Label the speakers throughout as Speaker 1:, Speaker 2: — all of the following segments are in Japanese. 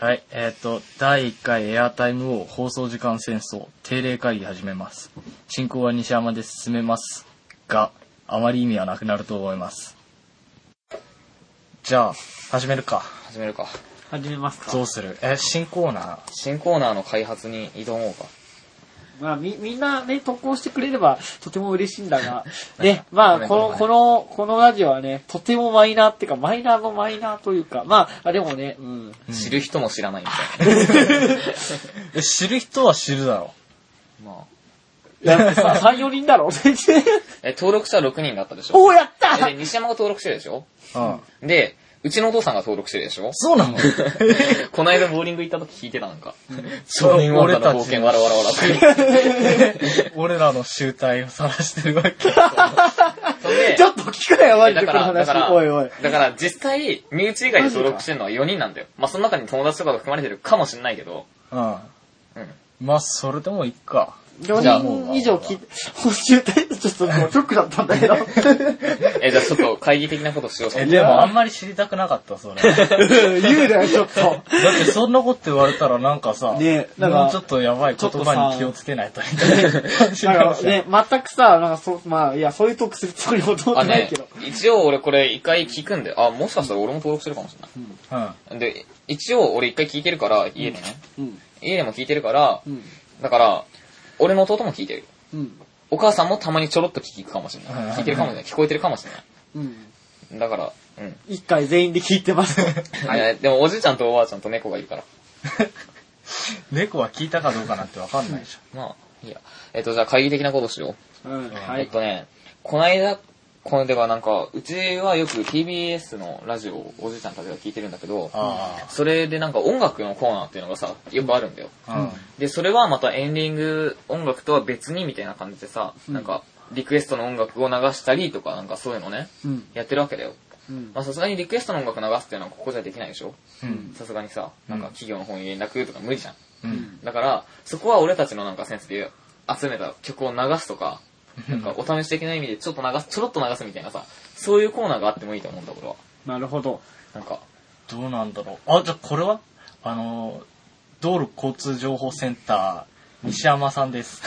Speaker 1: はい、えっ、と、第1回エアタイム王放送時間戦争定例会議始めます。進行は西山で進めますが、あまり意味はなくなると思います。じゃあ、始めるか。
Speaker 2: 始めるか。
Speaker 3: 始めますか。
Speaker 1: どうするえ、新コーナー
Speaker 2: 新コーナーの開発に挑もうか。
Speaker 3: まあ、み、みんなね、投稿してくれればとても嬉しいんだが、ね、まあ、この、この、このラジオはね、とてもマイナーっていうか、マイナーのマイナーというか、まあ、あでもね、うん。
Speaker 2: 知る人も知らないみ たいな。
Speaker 1: え、知る人は知るだろ
Speaker 2: ま
Speaker 3: だってさ、3、4人だ ろ
Speaker 2: あ。え、登録者6人だったでし
Speaker 3: お
Speaker 2: ょ
Speaker 3: お、やっ
Speaker 2: え
Speaker 3: た
Speaker 2: で、西山が登録してるでしょ
Speaker 1: う。うん。
Speaker 2: で、うちのお父さんが登録してるで しょ
Speaker 1: そうなの
Speaker 2: この間ボーリング行った時聞いてたなんか。
Speaker 1: そう
Speaker 2: 少年ワンダの冒険わらわらわら って。
Speaker 1: 俺らの集大を晒してる わけ。
Speaker 2: それで
Speaker 3: ちょっと聞くなよ、マ
Speaker 2: え
Speaker 3: ジ
Speaker 2: だ
Speaker 3: で、こ
Speaker 2: か
Speaker 3: の
Speaker 2: ら、だ
Speaker 3: 話
Speaker 2: か。ら、
Speaker 3: おいおい。
Speaker 2: だから実際、身内以外で登録してるのは4人なんだよ。まあ、その中に友達とかが含まれてるかもしんないけど、
Speaker 1: うん。
Speaker 2: うん。
Speaker 1: まあ、それでもいっか。
Speaker 3: 4
Speaker 2: じゃあ
Speaker 3: 人以上聞いて、補修隊 ちょっともうショックだったんだけど。
Speaker 2: え、じゃあちょっと会議的なことしよう
Speaker 1: え、
Speaker 2: じ
Speaker 1: で
Speaker 2: ゃ
Speaker 1: もあんまり知りたくなかった、それ。
Speaker 3: 言うなよ、ちょっと。
Speaker 1: だってそんなこと言われたらなんかさ、
Speaker 3: ねなんか
Speaker 1: もうちょっとやばい言葉に気をつけないとみたいな感じにな
Speaker 3: なん
Speaker 1: る
Speaker 3: か
Speaker 1: じゃん
Speaker 3: ね、全くさ、なんかそう、まあ、いや、そういうトークするつもりもどう
Speaker 2: あ
Speaker 3: もない
Speaker 2: ね
Speaker 3: けど。、
Speaker 2: 一応俺これ一回聞くんで、あ、もしかしたら俺も登録してるかもしれない。
Speaker 1: うん。
Speaker 2: で、一応俺一回聞いてるから、家でね。
Speaker 3: うん。
Speaker 2: 家でも聞いてるから
Speaker 3: う、ん。
Speaker 2: だから、俺の弟も聞いてる。
Speaker 3: うん。
Speaker 2: お母さんもたまにちょろっと聞くかもしれ
Speaker 1: うん
Speaker 2: ない。聞いてるかもしれない。聞こえてるかもしれな
Speaker 3: うん。
Speaker 2: い。だから、うん。
Speaker 3: 一回全員で聞いてます。
Speaker 2: えーでもおじいちゃんとおばあちゃんと猫がいるから。
Speaker 1: 猫は聞いたかどうかなんてわかんないじ
Speaker 2: まあ、いいや。えっと、じゃあ会議的なことしよ
Speaker 3: うん。
Speaker 2: う。
Speaker 3: は
Speaker 2: えっ
Speaker 3: い。
Speaker 2: とね、こないだ、この、ではなんか、うちはよく TBS のラジオをおじいちゃんたちが聞いてるんだけど、
Speaker 1: ゃん。あ
Speaker 2: それでなんか音楽のコーナーっていうのがさ、よくあるんだよ。
Speaker 1: あ。うん。
Speaker 2: で、それはまたエンディング音楽とは別にみたいな感じでさ、
Speaker 3: うん
Speaker 2: なんか、リクエストの音楽を流したりとか、なんかそういうのね、
Speaker 3: うん。
Speaker 2: やってるわけだよ。
Speaker 3: うん。
Speaker 2: まあさすがにリクエストの音楽流すっていうのはここじゃできないでしょ
Speaker 1: うん。
Speaker 2: さすがにさ、なんか企業の方に連絡とか無理じゃん。
Speaker 1: うん。
Speaker 2: だから、そこは俺たちのなんかセンスで集めた曲を流すとか、なんかお試し的な意味でちょっと流す、ちょろっと流すみたいなさ、そういうコーナーがあってもいいと思うんだ、俺は。
Speaker 3: なるほど。
Speaker 2: なんか、
Speaker 1: どうなんだろう。あ、じゃあこれはあの、道路交通情報センター、西山さんです。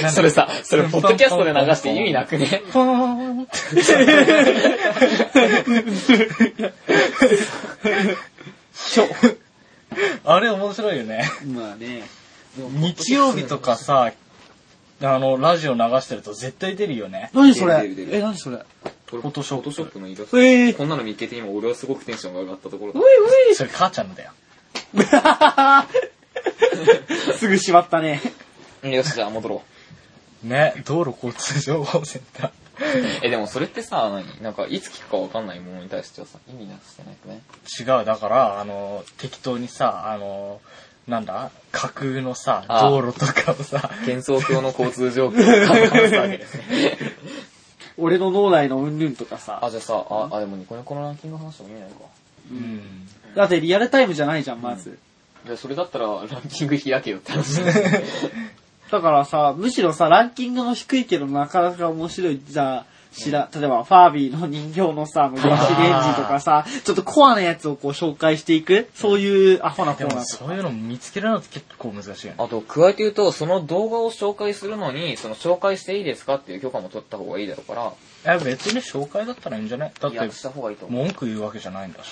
Speaker 1: なん
Speaker 2: それさ、それポッドキャストで流して意味なくね
Speaker 1: ポーンって
Speaker 3: しょ。
Speaker 1: あれ面白いよね。
Speaker 3: まあね。
Speaker 1: 日曜日とかさ、あの、ラジオ流してると絶対出るよね。
Speaker 3: 何それ
Speaker 2: 出る出る出る
Speaker 3: え、何それ
Speaker 2: フ
Speaker 1: ォトショップ
Speaker 2: フォトショップのイラスト。
Speaker 3: えぇ、
Speaker 2: こんなの見つけて今俺はすごくテンションが上がったところだ
Speaker 3: う。い
Speaker 1: それ母ちゃんのだよ。
Speaker 3: うい すぐしまったね。
Speaker 2: うんよし、じゃあ戻ろう。
Speaker 1: ね、道路交通情報センター。
Speaker 2: え、でもそれってさ、何なんか、いつ聞くかわかんないものに対してはさ、意味なくしてないよね。
Speaker 1: 違う、だから、あの、適当にさ、あの、なんだ架空のさ、
Speaker 2: あ
Speaker 1: 道路とかをさ、
Speaker 2: 幻想郷の交通状況を話すわけですね。
Speaker 3: 俺の脳内のうんぬんとかさ
Speaker 2: あ、。じゃあさ、あ、あ、でもニコニコのランキングの話も見ないのか。
Speaker 1: うん。
Speaker 3: だってリアルタイムじゃないじゃん、まず。
Speaker 2: じゃあそれだったら、ランキング開けよって話。
Speaker 3: だからさ、むしろさ、ランキングの低いけどなかなか面白い、じゃあ、知ら、例えば、ファービーの人形の さ、あの原始レンジとかさ、ちょっとコアなやつをこう紹介していく、そういうアホなコ
Speaker 1: で
Speaker 3: ーナ
Speaker 1: も、
Speaker 3: ーとか。
Speaker 1: そういうの見つけるのって結構難しいよね。
Speaker 2: あと、加えて言うと、その動画を紹介するのに、その紹介していいですかっていう許可も取った方がいいだろうから、
Speaker 1: え、別に紹介だったらいいんじゃないだっ
Speaker 2: い
Speaker 1: て
Speaker 2: や、、した方がいいと思
Speaker 1: 文句言うわけじゃないんだし。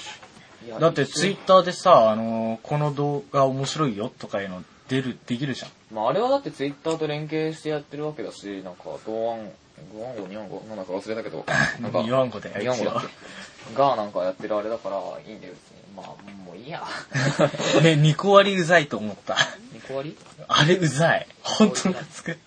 Speaker 2: う。いや
Speaker 1: だって、ツイッターでさ、あの、この動画面白いよとかいうの出る、できるじゃん。
Speaker 2: まあ、あれはだってツイッターと連携してやってるわけだし、なんか、同案、同案号、二案号、なんだか忘れた けど、なんか、
Speaker 1: 言わんこで、
Speaker 2: 日本語だっけがなんかやってるあれだからいいんだよ別にまあもうい いや
Speaker 1: ね、2個割りうざいと思った。
Speaker 2: 2個割
Speaker 1: あれうざい。本当ムカつく。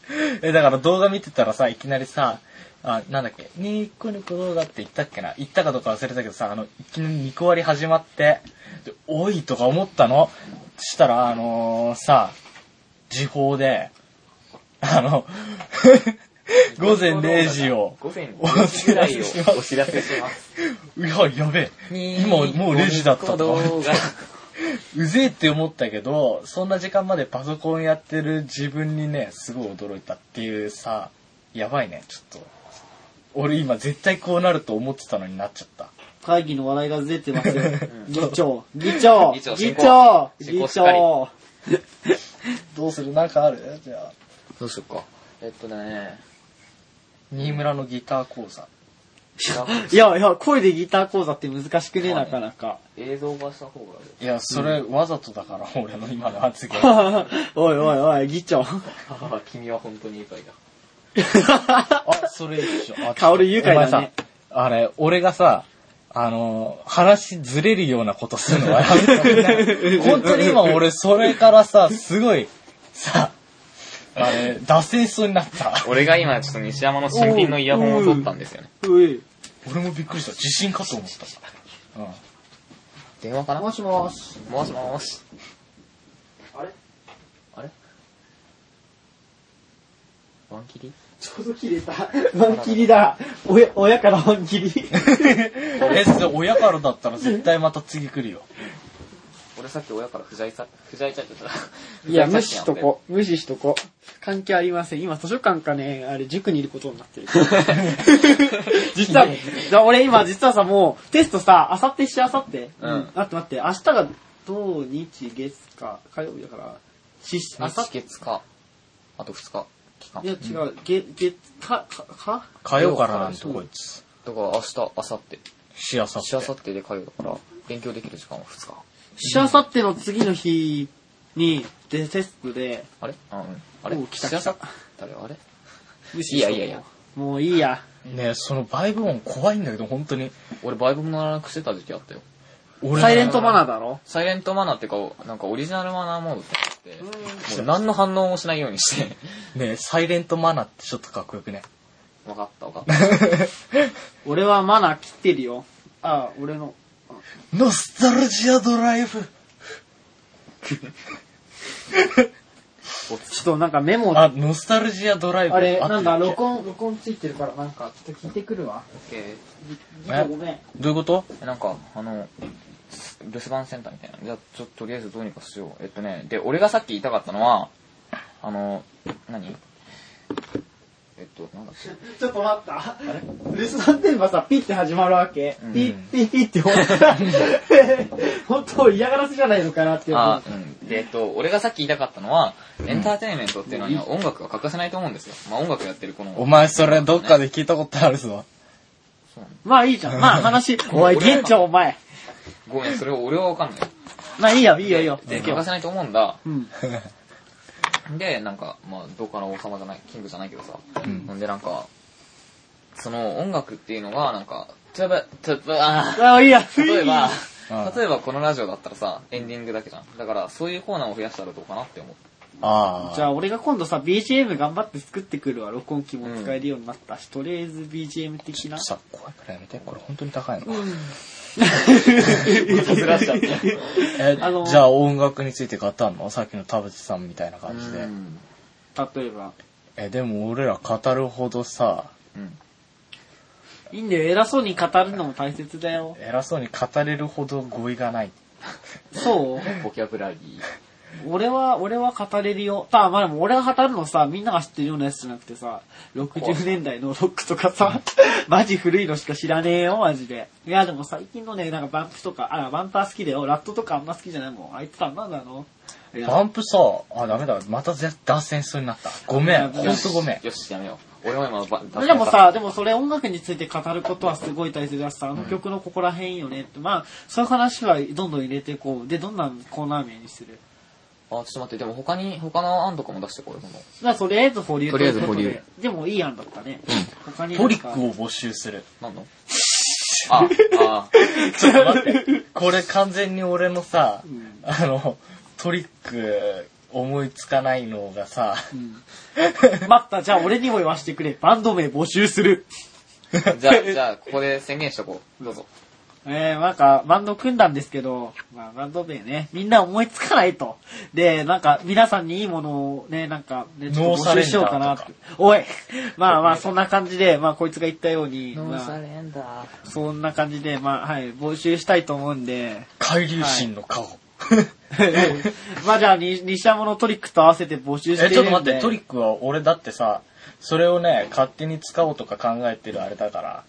Speaker 1: え、だから動画見てたらさ、いきなりさ、あ、なんだっけ、ニコニコ動画って言ったっけな言ったかどうか忘れたけどさ、あの、いきなりニコ割り始まって、で、おいとか思ったのしたら、あのーさ、時報で、あ の、午前0時を、
Speaker 2: 午前0時ぐらいを
Speaker 1: お
Speaker 2: お
Speaker 1: 知
Speaker 2: 知
Speaker 1: ら
Speaker 2: ら
Speaker 1: せ
Speaker 2: せ
Speaker 1: し
Speaker 2: し
Speaker 1: ま
Speaker 2: ます
Speaker 1: いや、やべえ。 今、もう0時だったとか思って
Speaker 2: 動画
Speaker 1: うぜえって思ったけど、そんな時間までパソコンやってる自分にね、すごい驚いたっていうさ、やばいね、ちょっと。俺今絶対こうなると思ってたのになっちゃった。
Speaker 3: 会議の話題が出て ますよ。議長、議長、
Speaker 2: 議長進
Speaker 3: 議長、
Speaker 2: 行
Speaker 3: 議
Speaker 2: 進行
Speaker 3: 長。どうするなんかあるじゃあ。
Speaker 2: どうしようか。えっとね、
Speaker 1: 新村のギター講座。
Speaker 3: いやいや、声でギター講座って難しくね、なかな か。
Speaker 2: 映像化した方が
Speaker 1: いや、それ、わざとだから、俺の今の発 言。
Speaker 3: おいおいおい、議 長。
Speaker 2: あい。君は本当に愉快だ。
Speaker 1: あ、それ一緒。あ
Speaker 3: 薫愉快だね。
Speaker 1: お前さあれ、俺がさ、あの、話ずれるようなことするのはや めて本当に今俺、それからさ、すごい、さ、あれ、脱線しそうになった。
Speaker 2: 俺が今ちょっと西山の新品のイヤホンを取ったんですよね。
Speaker 3: うい。
Speaker 1: 俺もびっくりした。地震かと思った。うん。
Speaker 2: 電話かな
Speaker 3: もしもーし。
Speaker 2: もしもーし。
Speaker 3: あれ
Speaker 2: あれワン切り
Speaker 3: ちょうど切れた。本切りだ。親、親から本切り。
Speaker 1: え、それ親からだったら絶対また次来るよ。
Speaker 2: 俺さっき親からふじゃいさ、ふじゃいちゃってた。
Speaker 3: いや、無視しとこ。無視しとこ。関係ありません。今、図書館かね、あれ、塾にいることになって る。実は、じゃあ俺今、実はさ、もう、テストさ、あさってしあさって。
Speaker 2: うん
Speaker 3: 待って待って、明日が、土日月か、火曜日だから、し、あさっ
Speaker 2: 日月か。あと2日。期間。
Speaker 3: いや、違う、げ、月、か、か、か
Speaker 1: 火曜からなんてこいつ。
Speaker 2: だから明日、明後日。
Speaker 1: しあさって
Speaker 2: しあさってで火曜だから、勉強できる時間は2日。
Speaker 3: しあさっての次の日に、で、テストで、
Speaker 2: あれあ、うん。あれ
Speaker 3: おう来た来
Speaker 2: し
Speaker 3: た
Speaker 2: あさ誰あれ
Speaker 3: 無
Speaker 2: いやいやいや。
Speaker 3: もういいや。
Speaker 1: ねえそのバイブ音怖いんだけど、本当に。
Speaker 2: 俺バイブもならなくしてた時期あったよ。
Speaker 1: 俺ね
Speaker 3: サイレントマナーだろ
Speaker 2: サイレントマナーっていうか、なんかオリジナルマナーモードってあって、もう何の反応もしないようにして、
Speaker 1: ねえサイレントマナーってちょっとかっこよくね。
Speaker 2: わかったわかった。
Speaker 3: 俺はマナー切ってるよ。あ、俺の。
Speaker 1: ノスタルジアドライブ。
Speaker 3: ちょっとなんかメモ、あ
Speaker 1: あ、ノスタルジアド ライブ。
Speaker 3: れ、
Speaker 1: 合ってる
Speaker 3: な
Speaker 1: っ
Speaker 3: ん
Speaker 1: け
Speaker 3: だ、録音、録音ついてるからなんか、ちょっと聞いてくるわ。
Speaker 2: OK
Speaker 3: ちょっとごめん。
Speaker 1: どういうこと
Speaker 2: なんか、あの、留守番センターみたいな。じゃあ、ちょっととりあえずどうにかしよう。えっとね、で、俺がさっき言いたかったのは、あの、何えっと、なんだっけ
Speaker 3: ちょっと待った。留守番電話さ、ピッて始まるわけ。
Speaker 2: うん
Speaker 3: ピッピッピッって本 当、本当嫌がらせじゃないのかなって思う。
Speaker 2: あ、うん。で、えっと、俺がさっき言いたかったのは、エンターテインメントっていうのには音楽が欠かせないと思うんですよ。まあ音楽やってるこの。
Speaker 1: お前それどっかで聞いたことある ぞ。
Speaker 2: そうなの
Speaker 3: まあいいじゃん。まあ話、おい、
Speaker 2: 俺
Speaker 3: 現長お前。
Speaker 2: ごめん、それを俺はわかんない。
Speaker 3: まあいいよ、いいよ、いいよ。
Speaker 2: で、欠かせないと思うんだ。
Speaker 3: うん。
Speaker 2: で、なんか、まあ、どっかの王様じゃない、キングじゃないけどさ。
Speaker 1: うん
Speaker 2: んで、なんか、その音楽っていうのが、なんか、例えば、例えば、
Speaker 3: あ、いいや、
Speaker 2: 例えば
Speaker 1: うん、
Speaker 2: 例えばこのラジオだったらさ、エンディングだけじゃん。だから、そういうコーナーを増やしたらどうかなって思う。
Speaker 1: あ
Speaker 3: じ
Speaker 1: あ。
Speaker 3: ゃあ俺が今度さ、BGM 頑張って作ってくるわ。録音機も使えるようになったし、とりあえず BGM 的な。
Speaker 1: さ、怖いからやめて。これ本当に高いの。
Speaker 2: ずらしちゃって。
Speaker 1: え、
Speaker 3: あの
Speaker 1: じゃあ音楽について語るのさっきの田淵さんみたいな感じで。
Speaker 3: 例えば。
Speaker 1: え、でも俺ら語るほどさ、
Speaker 2: うん。
Speaker 3: いいんだよ、偉そうに語るのも大切だよ。
Speaker 1: 偉そうに語れるほど語彙がない。
Speaker 3: そう
Speaker 2: ボキャブラリー。
Speaker 3: 俺は、俺は語れるよ。ただまあでも俺が語るのさ、みんなが知ってるようなやつじゃなくてさ、60年代のロックとかさ、マジ古いのしか知らねえよ、マジで。いやでも最近のね、なんかバンプとか、あ、バンパー好きだよ。ラットとかあんま好きじゃないもん。あいつらなんだのいや
Speaker 1: バンプさ、あ、ダメだ。またぜ脱線しそうになった。ごめん。
Speaker 3: いや
Speaker 1: ほんとごめん。
Speaker 2: よし、やめよう。俺も今ば、
Speaker 3: でもさ、でもそれ音楽について語ることはすごい大切だしさ、あの曲のここら辺いいよねって、まあ、そういう話はどんどん入れていこう。で、どんなコーナー名にする
Speaker 2: あ、ちょっと待って、でも他に、他の案とかも出してこれ、今度。
Speaker 3: まあ、とりあえず保留
Speaker 2: とりあえず
Speaker 3: いうことで
Speaker 2: 保留。
Speaker 3: でもいい案だったね。他にな
Speaker 1: ト
Speaker 3: ん
Speaker 1: リ
Speaker 3: か
Speaker 1: ックを募集する。
Speaker 2: 何のあ、あ、
Speaker 1: ちょっと待 って。これ完全に俺のさ、
Speaker 3: ん
Speaker 1: あの、トリック思いつかないのがさ、
Speaker 3: 待った、じゃあ俺にも言わしてくれ。バンド名募集する。
Speaker 2: じゃ あ、じゃあ、ここで宣言しとこう。どうぞ。
Speaker 3: えー、なんか、バンド組んだんですけど、まあ、バンド名ね、みんな思いつかないと。で、なんか、皆さんにいいものをね、なんか、ね、ちょっと募集しようかなって。 おいまあまあ、そんな感じで、まあ、こいつが言ったように、まあ、
Speaker 2: レンダー。
Speaker 3: そんな感じで、まあ、はい、募集したいと思うんで、
Speaker 1: 海流神の顔。
Speaker 3: まあじゃあ、に西山のトリックと合わせて募集して
Speaker 1: え、
Speaker 3: る
Speaker 1: ちょ
Speaker 3: んで。
Speaker 1: っと待って、トリックは俺だってさ、それをね、勝手に使おうとか考えてるあれだから、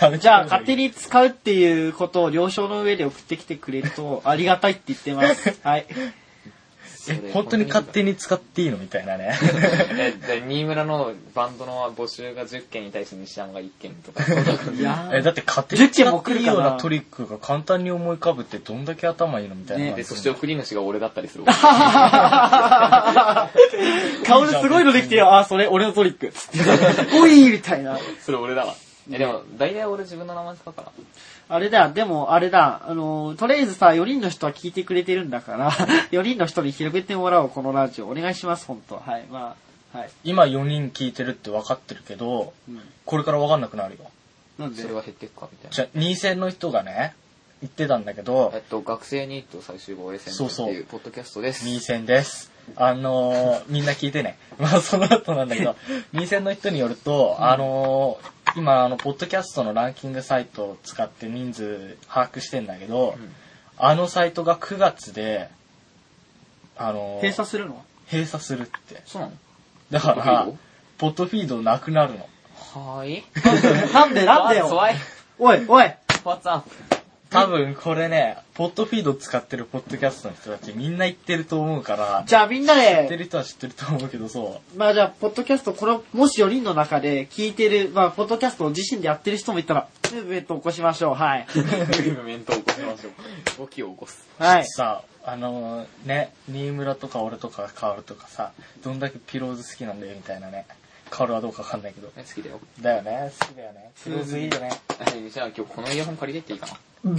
Speaker 1: やめ
Speaker 3: じゃあ、勝手
Speaker 1: に。
Speaker 3: に使うっていうことを了承の上で送ってきてくれると、ありがたいって言って ます。はい。
Speaker 1: え、本当に勝手に使っていいのみたいなね。
Speaker 2: え、で、新村のバンドの募集が10件に対して西山が1件 とか。
Speaker 3: いや
Speaker 1: え、
Speaker 3: ー
Speaker 1: だって勝手に使
Speaker 3: 10も
Speaker 1: っ
Speaker 3: 送
Speaker 1: ていい
Speaker 3: るかな
Speaker 1: ようなトリックが簡単に思い浮かぶってどんだけ頭いいのみたいな
Speaker 3: ね
Speaker 1: 感
Speaker 2: で、
Speaker 1: じ。
Speaker 2: そして送り主が俺だったりする。
Speaker 3: 顔ですごいのできてよ。あー、それ、俺のトリ ック。つって。おいみたいな。
Speaker 2: それ俺だわ。え、でも、大体俺自分の名前使うから。
Speaker 3: あれだ、でも、あれだ、あのーとりあえずさ、4人の人は聞いてくれてるんだから、4人 の人に広げてもらおう、このラジオ。お願いします、ほんと。はい、まあ、はい。
Speaker 1: 今4人聞いてるって分かってるけど、
Speaker 3: うん。
Speaker 1: これから分かんなくなるよ。
Speaker 3: なんで
Speaker 2: それは減っていくか、みたいな。
Speaker 1: じゃあ、2戦の人がね、言ってたんだけど
Speaker 2: えっ、と、学生ニート最終防衛戦
Speaker 1: そうそう
Speaker 2: っていうポッドキャストです。
Speaker 1: ミーセンです。あのー、みんな聞いてね。 まあ、その後なんだけど、 ミーセンの人によると、あのー、今、あの、ポッドキャストのランキングサイトを使って人数把握してんだけど、
Speaker 2: うん
Speaker 1: あのサイトが9月で、あのー、
Speaker 3: 閉鎖するの
Speaker 1: 閉鎖するって。
Speaker 2: そうなの
Speaker 1: だか
Speaker 2: ポ
Speaker 1: ら
Speaker 2: ッドフィー、
Speaker 1: ポッドフィードなくなるの。
Speaker 2: はーい。
Speaker 3: なんで、なんでよ。
Speaker 2: 怖い。
Speaker 3: おい、おい。
Speaker 2: What's up?
Speaker 1: 多分これね、ポッドフィード使ってるポッドキャストの人たちみんな言ってると思うから、
Speaker 3: じゃあみんな
Speaker 1: 知って
Speaker 3: で、
Speaker 1: る人は知ってると思うけど、そ
Speaker 3: まあじゃあ、ポッドキャスト、この、もし4人の中で聞いてる、まあ、ポッドキャストを自身でやってる人もいたら、ムーブメントを起こしましょう。はい。
Speaker 2: ムーブメントを起こしましょう。動きを起こす。
Speaker 3: は
Speaker 1: う。
Speaker 3: い。
Speaker 1: さ、あのーね、新村とか俺とかカオルとかさ、どんだけピローズ好きなんだよみたいなね。カオルはどうかわかんないけど。
Speaker 2: え好きだよ。
Speaker 1: だよね、好きだよね。ピローズいいよね。
Speaker 2: はいじゃあ今日このイヤホン借りてっていいかな。
Speaker 1: え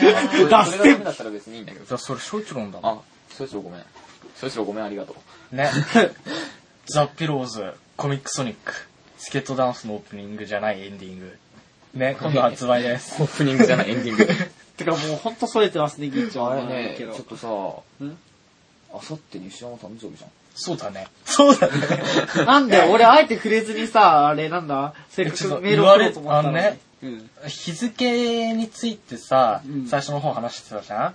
Speaker 2: それそ
Speaker 1: ー。
Speaker 2: れが
Speaker 3: 脱線
Speaker 2: ダメだったら別にいいんだけど。
Speaker 1: じゃあそれ、ショイチロンだな。
Speaker 2: あ、そいつろごめん。そいつろごめんありがとう。
Speaker 1: ね。ザ・ピローズ、コミックソニック、スケートダンスのオープニングじゃないエンディング。ね、今度発売 です。
Speaker 2: オープニングじゃない、エンディング。
Speaker 3: てかもうほんとそれてますね、ギッチョ
Speaker 2: あ
Speaker 3: は。
Speaker 2: れ
Speaker 3: なんだ
Speaker 2: ね、ち
Speaker 3: け
Speaker 2: ょ
Speaker 3: ど
Speaker 2: っとさ、
Speaker 3: ん
Speaker 2: あさって西山誕生日じゃん。
Speaker 1: そうだね。そうだね。
Speaker 3: なんで、俺あえて触れずにさ、あれなんだ、せっか
Speaker 1: ちょっと
Speaker 3: くメール送ろうと思ったの
Speaker 1: 言
Speaker 3: に。
Speaker 1: われあのね
Speaker 3: うん。
Speaker 1: 日付についてさ、
Speaker 3: うん
Speaker 1: 最初の方話してたじゃん、
Speaker 2: ん
Speaker 1: あ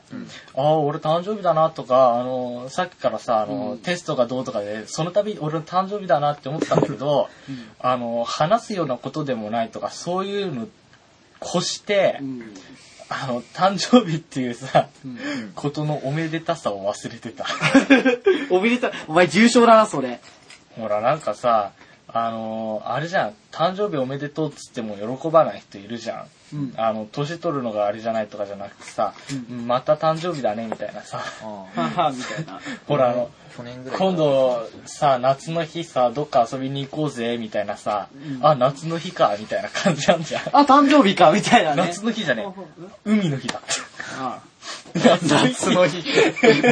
Speaker 1: あ、俺誕生日だなとか、あの、さっきからさ、あの、
Speaker 3: うん
Speaker 1: テストがどうとかで、その度俺の誕生日だなって思ってたんだけど、
Speaker 3: うん
Speaker 1: あの、話すようなことでもないとか、そういうの、越して、
Speaker 3: うん。
Speaker 1: あの、誕生日っていうさ、
Speaker 3: うん
Speaker 1: ことのおめでたさを忘れてた。
Speaker 3: おびれた、お前重症だな、それ。
Speaker 1: ほら、なんかさ、あのーあれじゃん、誕生日おめでとうっつっても喜ばない人いるじゃん。
Speaker 3: うん
Speaker 1: あの、年取るのがあれじゃないとかじゃなくてさ、また誕生日だね、みたいなさ。
Speaker 2: あ
Speaker 3: はは、みたいな。
Speaker 1: ほら、あの、
Speaker 2: 去年ぐらいから。
Speaker 1: 今度さ、夏の日さ、どっか遊びに行こうぜ、みたいなさ、あ、夏の日か、みたいな感じなんじゃん。
Speaker 3: あ、誕生日か、みたいなね。
Speaker 1: 夏の日じゃね
Speaker 3: うん
Speaker 1: え、海の日だ。
Speaker 3: あ
Speaker 1: 夏
Speaker 2: 夏 の日。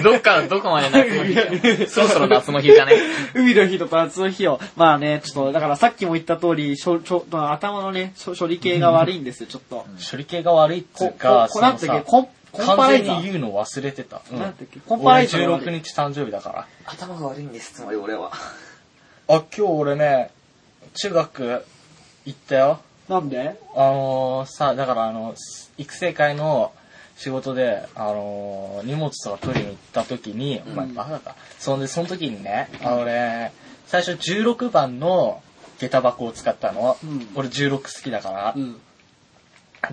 Speaker 2: どっから、どこまで夏の日だよそろそろ夏の日じゃね
Speaker 3: 海の日とか夏の日を、まあね、ちょっと、だからさっきも言った通り、しょちょまあ頭のね、しょ処理系が悪いんですよ、ちょっと。
Speaker 1: 処理系が悪いっつう
Speaker 3: こ、
Speaker 1: か、
Speaker 3: こ、こなんだっ
Speaker 1: その
Speaker 3: け、
Speaker 1: さ
Speaker 3: コン、コンパ
Speaker 1: 完
Speaker 3: ライ
Speaker 1: 全
Speaker 3: ザ
Speaker 1: に
Speaker 3: ー。
Speaker 1: 言うの忘れてた。うん
Speaker 3: なんだっけ、コンパライザー
Speaker 1: 俺
Speaker 3: が悪い。
Speaker 1: 16日誕生日だから。
Speaker 2: 頭が悪いんです、つまり俺は。
Speaker 1: あ、今日俺ね、中学行ったよ。
Speaker 3: なんで
Speaker 1: あのー、さ、だからあの、す育成会の仕事で、あのー、荷物とか取りに行った時に、お前バカか。そんで、その時にね、あのね、最初16番の下駄箱を使ったの。
Speaker 3: うん
Speaker 1: 俺16好きだから
Speaker 3: う。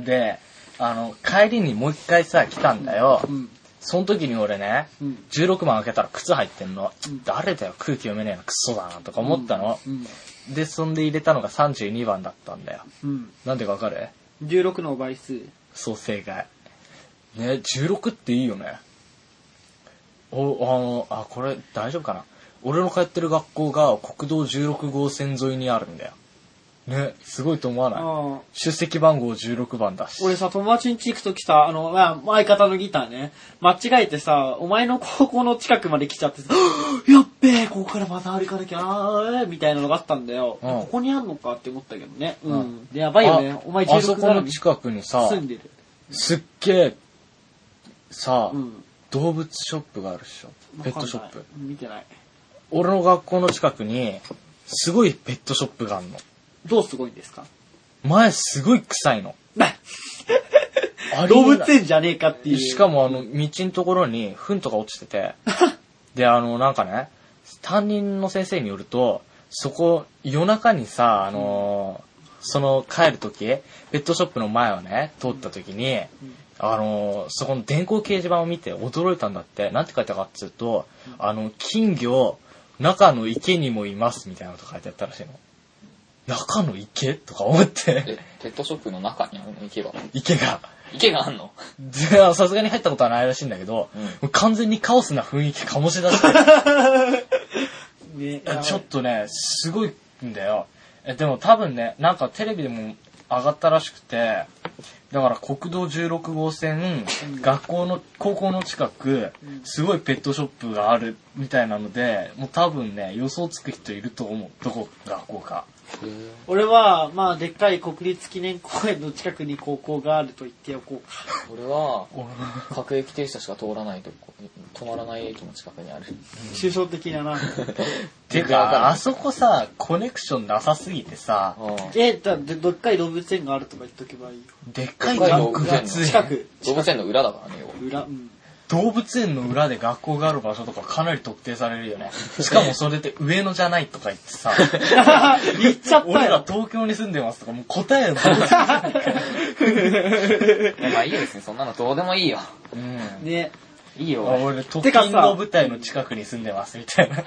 Speaker 3: ん。
Speaker 1: で、あの、帰りにもう一回さ、来たんだよ。
Speaker 3: うん。
Speaker 1: その時に俺ね、
Speaker 3: うん。
Speaker 1: 16番開けたら靴入ってんの。
Speaker 3: うん
Speaker 1: 誰だよ、空気読めねえの、クソだな、とか思ったの。
Speaker 3: うん。
Speaker 1: で、そんで入れたのが32番だったんだよ。
Speaker 3: うん。
Speaker 1: なんでかわかる
Speaker 3: 16の倍数。
Speaker 1: そう、正解。ね、16っていいよね。お、あの、あ、これ大丈夫かな。俺の通ってる学校が国道16号線沿いにあるんだよ。ね、すごいと思わ
Speaker 3: あ
Speaker 1: ない
Speaker 3: あ。
Speaker 1: 出席番号16番だし。
Speaker 3: 俺さ、友達ん家行くときさ、あの、まあ、相方のギターね、間違えてさ、お前の高校の近くまで来ちゃってさ、 やっべえ、ここからまた歩かなきゃなー、みたいなのがあったんだよ。
Speaker 1: うん
Speaker 3: ここにあんのかって思ったけどね。う。
Speaker 1: うん
Speaker 3: でやばいよね
Speaker 1: あ。
Speaker 3: お前
Speaker 1: あそ
Speaker 3: 16
Speaker 1: こ
Speaker 3: だ
Speaker 1: の
Speaker 3: に
Speaker 1: 近くにさ
Speaker 3: 住、んでる。
Speaker 1: すっげえ、さ、
Speaker 3: うん。
Speaker 1: 動物ショップがあるっしょ。ペットショップ
Speaker 3: わ。かんない見てない。
Speaker 1: 俺の学校の近くに、すごいペットショップがあるの。
Speaker 3: どうすごいんですか
Speaker 1: 前すごい臭い の。
Speaker 3: な
Speaker 1: ありえ
Speaker 3: 動
Speaker 1: ない
Speaker 3: 物園じゃねえかっていう。
Speaker 1: しかもあの、道のところに、糞とか落ちてて、で、あの、なんかね、担任の先生によると、そこ、夜中にさ、あのーその帰る時ペットショップの前をね、通った時に、あの、そこの電光掲示板を見て驚いたんだって、なんて書いてあったかっていうと、あの、金魚、中の池にもいますみたいなこと書いてあったらしいの。中の池とか思っ
Speaker 2: え
Speaker 1: て、、
Speaker 2: ペットショップの中にあるの池が。
Speaker 1: 池が。
Speaker 2: 池があんの
Speaker 1: であの さすがに入ったことはないらしいんだけど、
Speaker 2: うん
Speaker 1: もう完全にカオスな雰囲気醸し出して、
Speaker 3: ね、
Speaker 1: ちょっとね、すごいんだよ。えでも多分ね、なんかテレビでも上がったらしくて、だから国道16号線、
Speaker 3: うん
Speaker 1: 学校の、高校の近く
Speaker 3: うん、
Speaker 1: すごいペットショップがあるみたいなので、もう多分ね、予想つく人いると思う。どこ、学校か。
Speaker 3: 俺は、まあ、でっかい国立記念公園の近くに高校があると言っておこう。
Speaker 2: 俺は、各駅停車しか通らないとこ、止まらない駅の近くにある。
Speaker 3: 抽象的だな。
Speaker 1: ていう
Speaker 2: わかる
Speaker 1: か、あそこさ、コネクションなさすぎてさ、
Speaker 2: ああ
Speaker 3: え、だって、どっかい動物園があるとか言っとけばいいよ。
Speaker 1: でっかい
Speaker 2: でっか
Speaker 1: 学
Speaker 2: い動
Speaker 1: 校
Speaker 2: 物
Speaker 1: が
Speaker 2: 園の
Speaker 1: つい
Speaker 3: 近く、
Speaker 2: 動物園の裏だからね、要は
Speaker 3: 裏、 うん。
Speaker 1: 動物園の裏で学校がある場所とかかなり特定されるよ ね。しかもそれで上野じゃないとか言ってさ、
Speaker 3: 言っちゃった
Speaker 1: 俺ら
Speaker 3: よ。
Speaker 1: 東京に住んでますとかもう答えを出 す。
Speaker 2: まあいいですね、そんなのどうでもいいよ。
Speaker 1: うん。
Speaker 3: ね。
Speaker 2: いい
Speaker 1: あ
Speaker 2: よ、俺
Speaker 1: 俺、特
Speaker 3: てかさ
Speaker 1: 勤の舞台の近くに住んでますみたい な。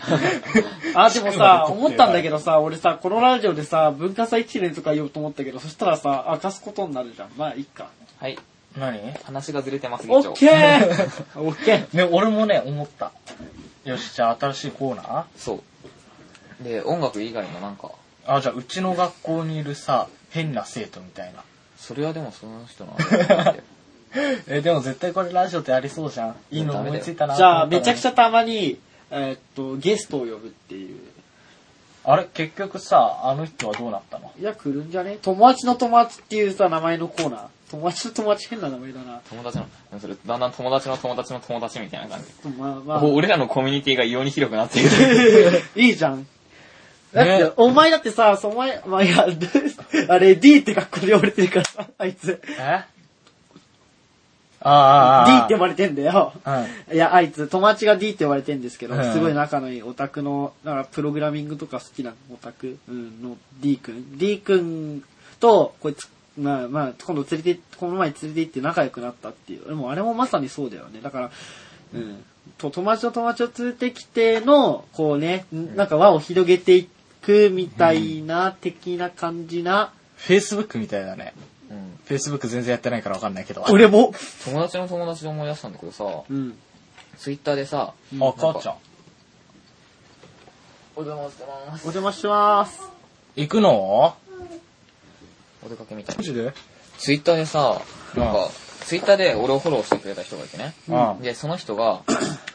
Speaker 3: あ、でもさ、思ったんだけ
Speaker 1: ど。
Speaker 3: どさ、俺さ、このラジオでさ、文化祭1年とか言おうと思ったけど、そしたらさ、明かすことになるじゃん。まあ、いいか。
Speaker 2: はい、
Speaker 1: 何
Speaker 2: 話がずれてます、
Speaker 3: オ
Speaker 2: 議長。
Speaker 3: ッケ ーオッケー
Speaker 1: ね、俺もね、思った。よし、じゃあ新しいコーナー
Speaker 2: そう。で、音楽以外のなんか、
Speaker 1: あ、じゃあうちの学校にいるさ、変な生徒みたいな。
Speaker 2: それはでもその人のあれなんで
Speaker 1: え、でも絶対これラジオってありそうじゃん。いいの思いついたな
Speaker 3: じゃあ、めちゃくち
Speaker 1: ゃ。
Speaker 3: ゃたまに、えーっと、ゲストを呼ぶっていう。
Speaker 1: あれ、結局さ、あの人はどうなったの
Speaker 3: いや、来るんじゃね友達の友達っていうさ、名前のコーナー。友達の友達変な名前だな。
Speaker 2: 友達の、でもそれだんだん友達の友達の友達みたいな感じ。
Speaker 3: まあま
Speaker 2: もう
Speaker 3: あ、
Speaker 2: 俺らのコミュニティが異様に広くなっている。
Speaker 3: いいじゃん。だって、
Speaker 1: ね
Speaker 3: お前だってさ、そお前、まあいや、あれ、D って学校で呼ばれてるからさ、あいつ。D
Speaker 1: えああ、ああ。
Speaker 3: って呼ばれてんだよ。いや、あいつ、友達が D って呼ばれてんですけど、
Speaker 1: うん
Speaker 3: すごい仲のいいオタクの、なんかプログラミングとか好きなオタクうんの D 君。D 君と、こいつ、まあまあ、今度連れて、この前連れて行って仲良くなったっていう。でもあれもまさにそうだよね。だから、うん。と友達と友達を連れてきての、こうね、なんか輪を広げていくみたいな、的な感じな。
Speaker 1: フェイスブックみたいだね。
Speaker 2: うん
Speaker 1: フェイスブック全然やってないからわかんないけど。あ、
Speaker 3: 俺も。
Speaker 2: 友達の友達で思い出したんだけどさ、
Speaker 3: うん。
Speaker 2: ツイッターでさ、
Speaker 1: 母ちゃん。
Speaker 2: お邪魔してま
Speaker 3: お。邪魔します。
Speaker 1: 行くの
Speaker 2: お出かけみたい
Speaker 1: マ
Speaker 2: な。
Speaker 1: ジで
Speaker 2: ツイッターでさ、なん
Speaker 1: う
Speaker 2: か
Speaker 1: ん、
Speaker 2: ツイッターで俺をフォローしてくれた人がいてね。
Speaker 1: うん
Speaker 2: で、その人が、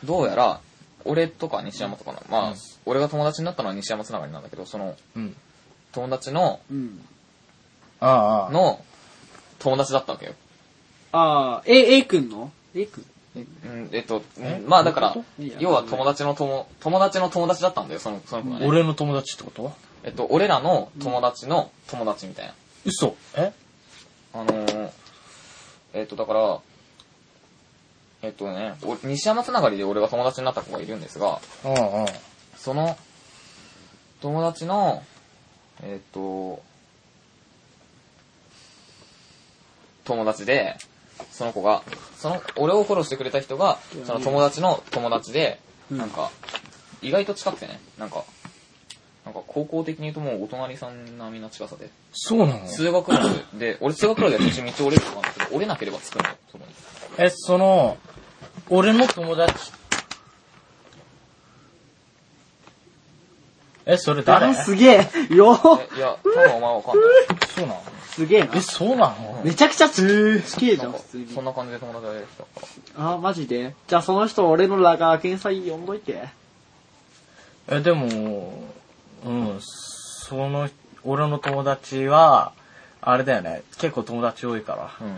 Speaker 2: どうやら、俺とか西山とかの、まあ、
Speaker 1: うん
Speaker 2: 俺が友達になったのは西山つながりなんだけど、その、
Speaker 1: うん。
Speaker 2: 友達の、
Speaker 3: うん。
Speaker 1: ああ、ああ。
Speaker 2: の、友達だったわけよ。
Speaker 3: ああ、A、A 君の ?A 君
Speaker 2: うん、えっと、
Speaker 1: え
Speaker 2: まあだから
Speaker 1: どう
Speaker 3: いうこ、と
Speaker 2: 要は友達の友、友達の友達だったんだよ、その、その子がね。
Speaker 1: 俺の友達ってこと
Speaker 2: えっと、俺らの友達の友達みたいな。
Speaker 1: 嘘。え
Speaker 2: あのー、えっと、だから、えっとね、お西山つながりで俺が友達になった子がいるんですが、
Speaker 1: うんうん。
Speaker 2: その、友達の、えっと、友達で、その子が、その、俺をフォローしてくれた人が、その友達の友達で、
Speaker 3: うん
Speaker 2: なんか、意外と近くてね、なんか、なんか高校的に言うともうお隣さん並みの近さで、
Speaker 1: そうなの
Speaker 2: 通学路で、俺通学路で途中道折れるとかあるんだけど、折れなければ着くのよ、そこに。
Speaker 1: え、その、俺の友達。え、それ誰
Speaker 3: あすげえよー
Speaker 2: えいや、多分お前わかんない。
Speaker 1: そうなの
Speaker 3: すげえな
Speaker 1: え、。そうなの
Speaker 3: めちゃくちゃちすげえじ
Speaker 2: な
Speaker 3: ゃ
Speaker 2: ん
Speaker 3: ん、
Speaker 2: か
Speaker 3: 普通に
Speaker 2: そ。んな感じで友達が出てきたから。
Speaker 3: あー、マジでじゃあその人、俺のラガー検査員呼んどいて。
Speaker 1: え、でも、うん、その、俺の友達は、あれだよね。結構友達多いから。
Speaker 2: うん。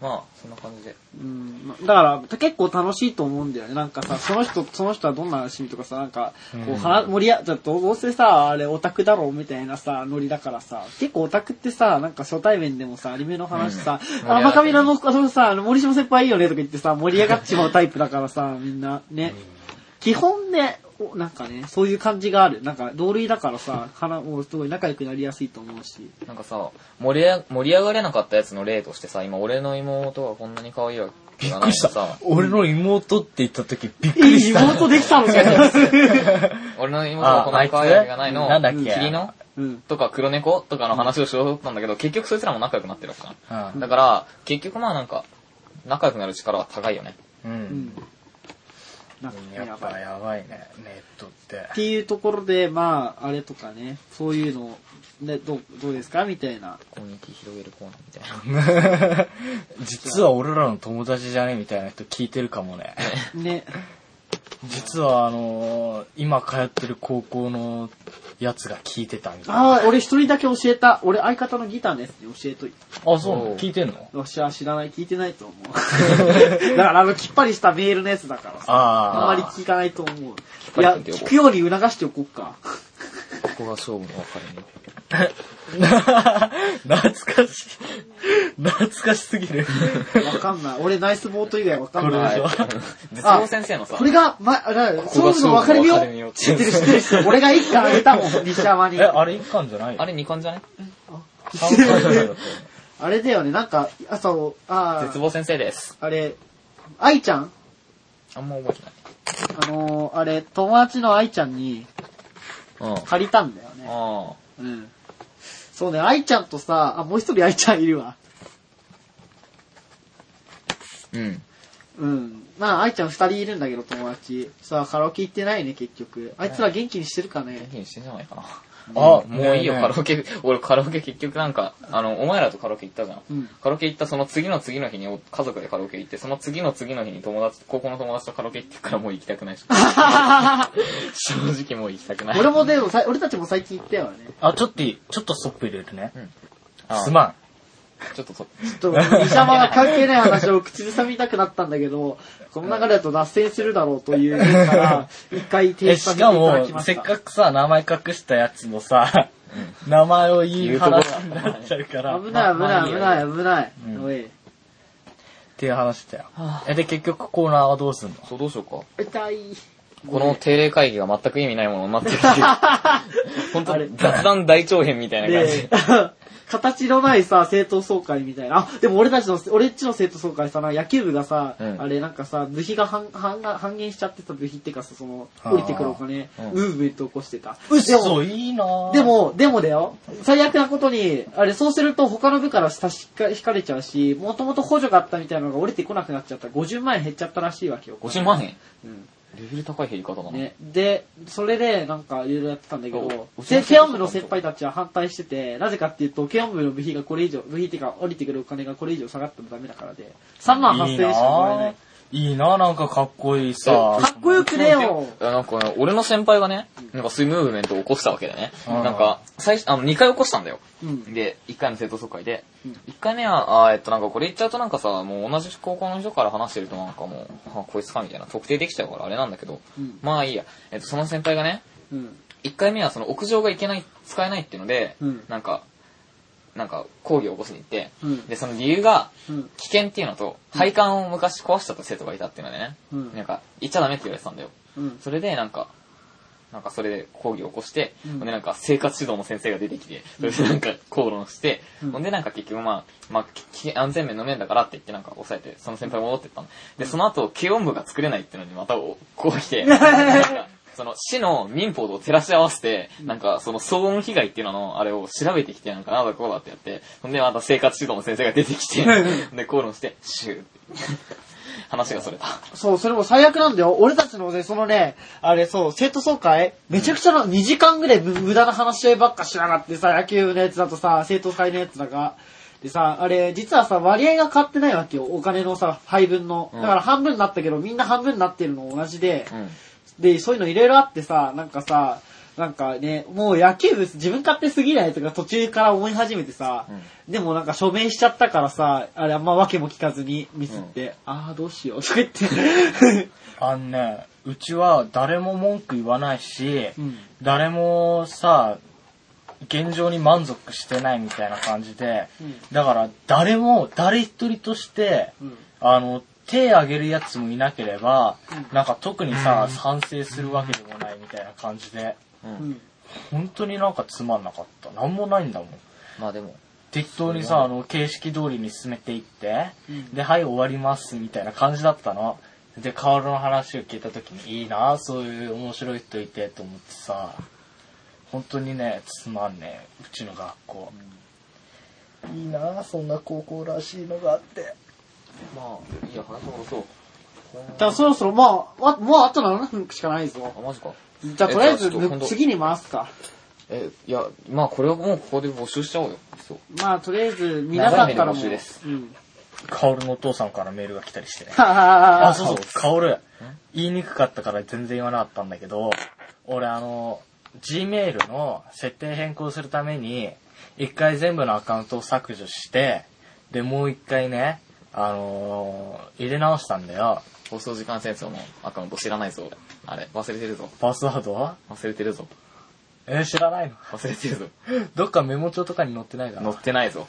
Speaker 2: まあ、そんな感じで。
Speaker 3: うん。だから、結構楽しいと思うんだよね。なんかさ、 その人、その人はどんな趣味とかさ、なんか、こう、話、盛りあ、じゃあどうせさ、あれオタクだろうみたいなさ、ノリだからさ、結構オタクってさ、なんか初対面でもさ、アニメの話さ、
Speaker 2: うん
Speaker 3: あ、中村の、あのさ、あの森島先輩いいよねとか言ってさ、盛り上がっちまうタイプだからさ、みんな、ね。基本ね、おなんかね、そういう感じがある。なんか、同類だからさ、花もうすごい仲良くなりやすいと思うし。
Speaker 2: なんかさ、盛りあ盛り上がれなかったやつの例としてさ、今俺の妹がこんなに可愛いわけ
Speaker 1: びっ
Speaker 2: が
Speaker 1: く
Speaker 2: な
Speaker 1: り
Speaker 2: いのに
Speaker 1: した
Speaker 2: さ。、
Speaker 1: 俺の妹って言った時びっく
Speaker 3: い
Speaker 1: り
Speaker 3: い
Speaker 1: した。
Speaker 3: 妹できたのか
Speaker 2: 俺の妹がこん
Speaker 1: あ、
Speaker 2: な
Speaker 1: あ
Speaker 2: に
Speaker 1: いつ
Speaker 2: 可愛いわけがないの。
Speaker 1: なんだっけ
Speaker 2: 霧の
Speaker 3: うん。
Speaker 2: とか黒猫とかの話をしようと思ったんだけど、結局そいつらも仲良くなってるわけか
Speaker 1: うん
Speaker 2: な。だから、結局まあなんか、仲良くなる力は高いよね。
Speaker 1: う
Speaker 3: うんん。。なんかね、
Speaker 1: や
Speaker 3: や
Speaker 1: っ
Speaker 3: ばい
Speaker 1: ぱ。やばいね、ネットって。
Speaker 3: っていうところで、まあ、あれとかね、そういうの、ね、どう、どうですかみたいな。
Speaker 2: コミュニティ広げるコーナーみたいな。
Speaker 1: 実は俺らの友達じゃねみたいな人聞いてるかも ね。
Speaker 3: ね。
Speaker 1: 実はあのー今通ってる高校のやつが聞いてたみたいな。
Speaker 3: ああ、俺一人だけ教えた。俺相方のギターのやつに教えといた。
Speaker 1: あ、そうな
Speaker 2: おう
Speaker 1: の聞いてんの
Speaker 3: 私は知らない、聞いてないと思 う。だから、あの、きっぱりしたメールのやつだからさ。あん
Speaker 1: あ
Speaker 3: まり聞かないと思う。
Speaker 2: ぱり
Speaker 3: いや、
Speaker 2: 聞いてよ
Speaker 3: 聞くように促しておこうか。
Speaker 2: ここが勝負の分かれ目。
Speaker 1: あ。 懐かしい。懐かしすぎる。
Speaker 3: わかんない。俺、ナイスボート以外わ かん
Speaker 1: これ
Speaker 3: な
Speaker 1: でし。
Speaker 3: い
Speaker 1: ょ
Speaker 2: 絶望先生のさ
Speaker 3: こ、れが、ま、あな
Speaker 2: こ
Speaker 3: 勝負の分かれ目
Speaker 2: 勝負の分かれ目
Speaker 3: よ
Speaker 2: よ
Speaker 3: 知ってる知ってる知ってる。俺が一巻あげたもん、西 山に
Speaker 1: え、。あれ一巻じゃない
Speaker 2: あれ2巻じゃない
Speaker 1: 三巻じゃないだって
Speaker 3: あれだよね、なんか、朝を、あ
Speaker 2: 絶望先生です。
Speaker 3: あ、あれ、愛ちゃん
Speaker 2: あんま覚えてない。
Speaker 3: あのー、あれ、友達の愛ちゃんに
Speaker 2: うん。あ
Speaker 3: 借りたんだよね。
Speaker 2: あ。
Speaker 3: うん。そうね、愛ちゃんとさ、あ、もう一人愛ちゃんいるわ。
Speaker 2: うん。
Speaker 3: うん。まあ、愛ちゃん二人いるんだけど、友達。さあ、カラオケ行ってないね、結局。あいつら元気にしてるか
Speaker 2: 元
Speaker 3: ね。
Speaker 2: 気にしてんじゃないかな。
Speaker 1: あ、
Speaker 2: もういいよ、
Speaker 1: ねえ
Speaker 2: カラオケ。俺カラオケ結局なんか、あの、お前らとカラオケ行ったじゃん。
Speaker 3: うん。
Speaker 2: カラオケ行ったその次の次の日に家族でカラオケ行って、その次の次の日に友達、高校の友達とカラオケ行ってからもう行きた くないし。正直もう行きたくない。
Speaker 3: 俺もでもさ、俺たちも最近行ったよね。
Speaker 1: あ、ちょっといい、ちょっとストップ入れるね。
Speaker 2: ああ
Speaker 1: すまん。
Speaker 2: ちょっとそ、
Speaker 3: ちょっと、西山が関係ない話を口ずさみたくなったんだけど、この流れだと脱線するだろうという面 から、一回停止
Speaker 1: え、
Speaker 3: さ
Speaker 1: し
Speaker 3: せていた
Speaker 1: か
Speaker 3: だき
Speaker 1: も、
Speaker 3: ま
Speaker 1: せ
Speaker 3: し。
Speaker 1: ったかくさ、名前隠したやつのさ、名前を言う話になっちゃうから、っ
Speaker 3: 危ない危
Speaker 2: まあ
Speaker 3: ない危ない危ない。おい。
Speaker 1: ていう話だよ。え、で、結局コーナーはどうすんの
Speaker 2: そうどうしようか。
Speaker 3: 痛い。
Speaker 2: この定例会議が全く意味ないものになってる っていう。本当雑談大長編みたいな感じ
Speaker 3: で。、 形のないさ、生徒総会みたいな。あ、でも俺たちの、俺っちの生徒総会さ、なんか野球部がさ、
Speaker 2: うん
Speaker 3: あれなんかさ、部費が半半が半減しちゃってた部費っていうかさ、その、
Speaker 1: あー
Speaker 3: 降りてくるお金、
Speaker 2: うん
Speaker 3: ムーブメント起こしてた。でも
Speaker 1: 嘘いいなぁ
Speaker 3: で、も、でもだよ。最悪なことに、あれ、そうすると他の部から差し引かれちゃうし、もともと補助があったみたいなのが降りてこなくなっちゃった。50万円減っちゃったらしいわけよ。
Speaker 2: 50万円
Speaker 3: うん。
Speaker 2: レベル高い減り方だな。
Speaker 3: ね。で、それで、なんか、いろいろやってたんだけど
Speaker 2: お、
Speaker 3: で、ケオン部の先輩たちは反対してて、なぜかっていうと、ケオン部の部費がこれ以上、部費っていうか、降りてくるお金がこれ以上下がってもダメだからで、3万8000
Speaker 1: い
Speaker 3: 円
Speaker 1: い
Speaker 3: しか
Speaker 1: な
Speaker 3: もらえな
Speaker 1: ぁ
Speaker 3: い。
Speaker 1: いいなぁなんかかっこいいさ
Speaker 3: か。っこよくねえよ
Speaker 2: いやなんかね、俺の先輩がね、なんかそういうムーブメントを起こしたわけでね。
Speaker 1: うん
Speaker 2: なんか、最初、あの、2回起こしたんだよ。
Speaker 3: うん。
Speaker 2: で、1回の生徒総会で、
Speaker 3: うん
Speaker 2: 1回目は、あーえっと、なんかこれ言っちゃうとなんかさ、もう同じ高校の人から話してるとなんかもう、あこいつかみたいな、特定できちゃうからあれなんだけど、
Speaker 3: うん
Speaker 2: まあいいや。えっと、その先輩がね、
Speaker 3: うん。
Speaker 2: 1回目はその屋上が行けない、使えないっていうので、
Speaker 3: うん
Speaker 2: なんか、なんか、抗議を起こしに行って、
Speaker 3: うん
Speaker 2: で、その理由が、
Speaker 3: うん。
Speaker 2: 危険っていうのと、配管を昔壊しちゃった生徒がいたっていうのでね、
Speaker 3: うん
Speaker 2: なんか、行っちゃダメって言われてたんだよ。
Speaker 3: うん。
Speaker 2: それでなんか、なんかそれで講義を起こして、
Speaker 3: うん
Speaker 2: ほんでなんか生活指導の先生が出てきて、それでなんか口論して、
Speaker 3: うん
Speaker 2: ほんでなんか結局まあ、まあ、き安全面の面だからって言ってなんか抑えて、その先輩戻ってったの。で、その後、軽音部が作れないっていうのにまたこう して、なんかその市の民法と照らし合わせて、なんかその騒音被害っていうののあれを調べてきて、なんかなんだこうだってやって、ほんでまた生活指導の先生が出てきて、ほんで口論して、シューって話がそれた。
Speaker 3: そう、それも最悪なんだよ。俺たちのね、そのね、あれそう、生徒総会、めちゃくちゃな、2時間ぐらい無無駄な話し合いばっかしやがってさ、野球部のやつだとさ、生徒会のやつだが。でさ、あれ、実はさ、割合が変わってないわけよ。お金のさ、配分の。
Speaker 2: うん
Speaker 3: だから半分になったけど、みんな半分になってるの同じで。
Speaker 2: うん。
Speaker 3: で、そういうのいろいろあってさ、なんかさ、なんかね、もう野球部自分勝手すぎないとか途中から思い始めてさ、でもなんか署名しちゃったからさ、あれあんま訳も聞かずにミスって、ああどうしようとか言って。
Speaker 1: あのね、うちは誰も文句言わないし、
Speaker 3: うん
Speaker 1: 誰もさ、現状に満足してないみたいな感じで、
Speaker 3: うん
Speaker 1: だから誰も、誰一人として、
Speaker 3: うん
Speaker 1: あの、手挙げるやつもいなければ、
Speaker 3: う
Speaker 1: なんか特にさ、賛成するわけでもないみたいな感じで、
Speaker 3: うん。
Speaker 1: 本当になんかつまんなかった。なんもないんだもん。
Speaker 2: まあでも、
Speaker 1: 適当にさ、あの、形式通りに進めていって、
Speaker 3: うん
Speaker 1: で、はい、終わります、みたいな感じだったの。で、カオルの話を聞いた時に、いいな、そういう面白い人いて、と思ってさ、本当にね、つまんねえ、うちの学校。いいな、そんな高校らしいのがあって。
Speaker 2: まあ、いや、話戻そう。
Speaker 3: じゃあそろそろまあ、わもうあと7分しかないぞ
Speaker 2: あ、。マジか。
Speaker 3: じゃあとりあえず
Speaker 2: えじゃあちょっと今度
Speaker 3: 次に回すか。
Speaker 2: え、いや、まあこれはもうここで募集しちゃおうよ。そう。
Speaker 3: まあとりあえず皆さんからも。
Speaker 2: 長い目で募集です
Speaker 3: うん。
Speaker 1: カオルのお父さんからメールが来たりしてね。
Speaker 3: はははは
Speaker 1: あ、そうそう、カオル。言いにくかったから全然言わなかったんだけど、俺あの、Gmail の設定変更するために、一回全部のアカウントを削除して、で、もう一回ね、あのー入れ直したんだよ。
Speaker 2: 放送時間戦争のアカウント知らないぞ。あれ、忘れてるぞ。
Speaker 1: パスワードは
Speaker 2: 忘れてるぞ。
Speaker 1: えー知らないの
Speaker 2: 忘れてるぞ。
Speaker 1: どっかメモ帳とかに載ってないか
Speaker 2: 載
Speaker 1: な
Speaker 2: ってないぞ。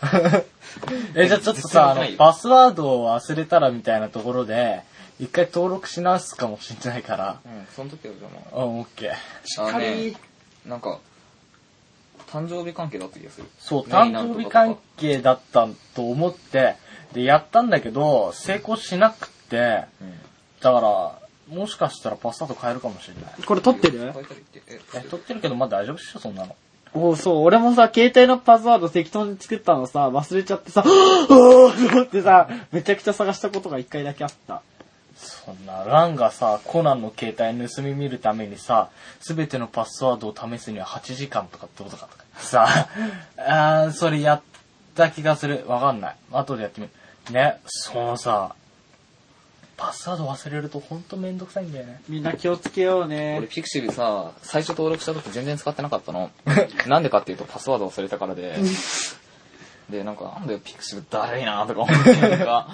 Speaker 1: え、じゃあちょっとさ、あ
Speaker 2: 絶対載ってな
Speaker 1: の
Speaker 2: い、よ
Speaker 1: パスワードを忘れたらみたいなところで、一回登録し直すかもしれないから。
Speaker 2: うん、その時はじゃあま
Speaker 1: あ、オッケー。
Speaker 3: しっかり。
Speaker 2: あ、なんか、誕生日関係だった気がする。
Speaker 1: そう、
Speaker 2: ね
Speaker 1: 誕生日関。係だったと思って、で、やったんだけど、成功しなくて、
Speaker 2: なん
Speaker 1: だから、もしかしたらパスタと変えるかもしれない。
Speaker 3: これ撮って
Speaker 2: と
Speaker 3: る
Speaker 2: かとかうんえ
Speaker 1: え、撮ってるけど、まあ大丈夫っしょ、そんなの。
Speaker 3: おうそう、俺もさ、携帯のパスワード適当に作ったのさ、忘れちゃってさ、おーと思ってさ、めちゃくちゃ探したことが一回だけあった。
Speaker 1: そんな、ランがさ、コナンの携帯盗み見るためにさ、すべてのパスワードを試すには8時間とかってことかとか。さ あ、あーそれやった気がする。わかんない。後でやってみる。ね、そのさ、パスワード忘れるとほんとめんどくさいんだよね。
Speaker 3: みんな気をつけよう
Speaker 2: 俺、
Speaker 3: ね。
Speaker 2: ピクシブさ、最初登録した時全然使ってなかったの。なんでかっていうと、パスワード忘れたからで。で、なんか、なんだよ、ピクシブだるいなとか思って、なんか、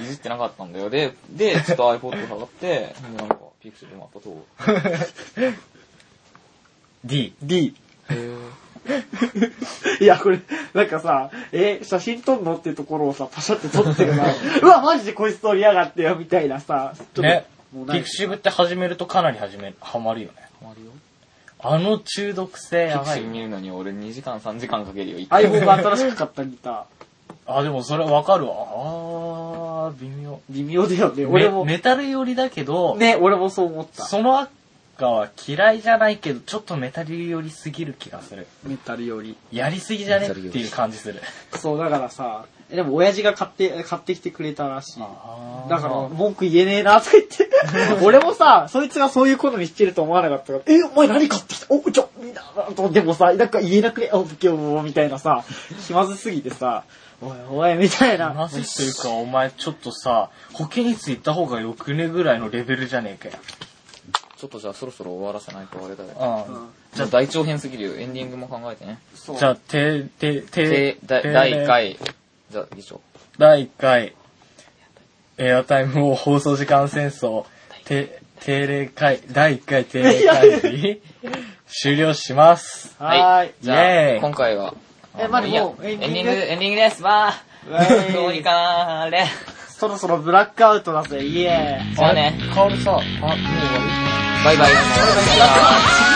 Speaker 2: いじってなかったんだよ。で、で、ちょっと iPod 下がって、でなんか、ピクシブまたと。
Speaker 1: D。
Speaker 3: D。
Speaker 2: へー
Speaker 3: いや、これ、なんかさ、え、写真撮んのってところをさ、パシャって撮ってるな。うわ、マジでこいつ撮りやがってよ、みたいなさ。ちょっと
Speaker 1: ね
Speaker 3: もう。な
Speaker 1: ピ
Speaker 3: い
Speaker 1: クシブって始めるとかなり始め、ハマるよね。
Speaker 2: 困るよ。
Speaker 1: あの中毒性
Speaker 2: ピ
Speaker 1: や
Speaker 2: ク
Speaker 1: ばい
Speaker 2: シブ
Speaker 1: よ。
Speaker 2: 見るのに俺2時間3時間かけるよ。一回
Speaker 3: iPhone が新しく買ったギタ
Speaker 1: あ、でもそれわかるわ。あー、微妙。
Speaker 3: ー。微妙だよね、俺
Speaker 1: 俺
Speaker 3: も。
Speaker 1: も。メタル寄りだけど、
Speaker 3: ね、俺もそう思った。
Speaker 1: その赤は嫌いじゃないけど、ちょっとメタル寄りすぎる気がする。
Speaker 3: メタルより。
Speaker 1: やりすぎじゃね
Speaker 2: メ
Speaker 1: っ
Speaker 2: タ
Speaker 1: て
Speaker 2: ル寄り
Speaker 1: いう感じする。
Speaker 3: そう、だからさ、えでも親父が買って、買ってきてくれたらしい。
Speaker 1: あ
Speaker 3: だから、文句言えねえな、とか言 って。俺もさ、そいつがそういうことにしてると思わなかったから、え、お前何買ってきたお、ちょ、みんな、と、でもさ、なんか言えなくね、お、今日も、みたいなさ、気まずすぎてさ、おいおい、みたいな。
Speaker 1: なぜというか、お前ちょっとさ、保健室行った方がよくねぐらいのレベルじゃねえか
Speaker 2: ちょっとじゃあそろそろ終わらせないとあれだよ。
Speaker 1: よ。
Speaker 3: うん
Speaker 2: じゃあ大長編すぎるよ。エンディングも考えてね。
Speaker 3: そう
Speaker 1: じゃあ、て、て、て
Speaker 2: で、、だ
Speaker 1: て
Speaker 2: 第1。回。じゃあ、以上。
Speaker 1: 第1回、エアタイムを放送時間戦争、て定例会、第1回定例会に終了します。
Speaker 3: はーい。
Speaker 2: じゃ
Speaker 1: イェー
Speaker 2: あ、
Speaker 1: イ
Speaker 2: 今回は。
Speaker 3: えまあでも
Speaker 2: いいやエンデ
Speaker 3: エンデ
Speaker 2: ィン
Speaker 3: ィン
Speaker 2: グ、
Speaker 3: グ
Speaker 2: エンディングです。わ
Speaker 3: わー
Speaker 2: ー。
Speaker 3: い
Speaker 2: どうにかーれ。
Speaker 3: そろそろブラックアウトだぜ、イエーイ。
Speaker 2: じゃあね。
Speaker 1: カオルさ、あ、もう終わり
Speaker 2: バイバイ。バイバイ。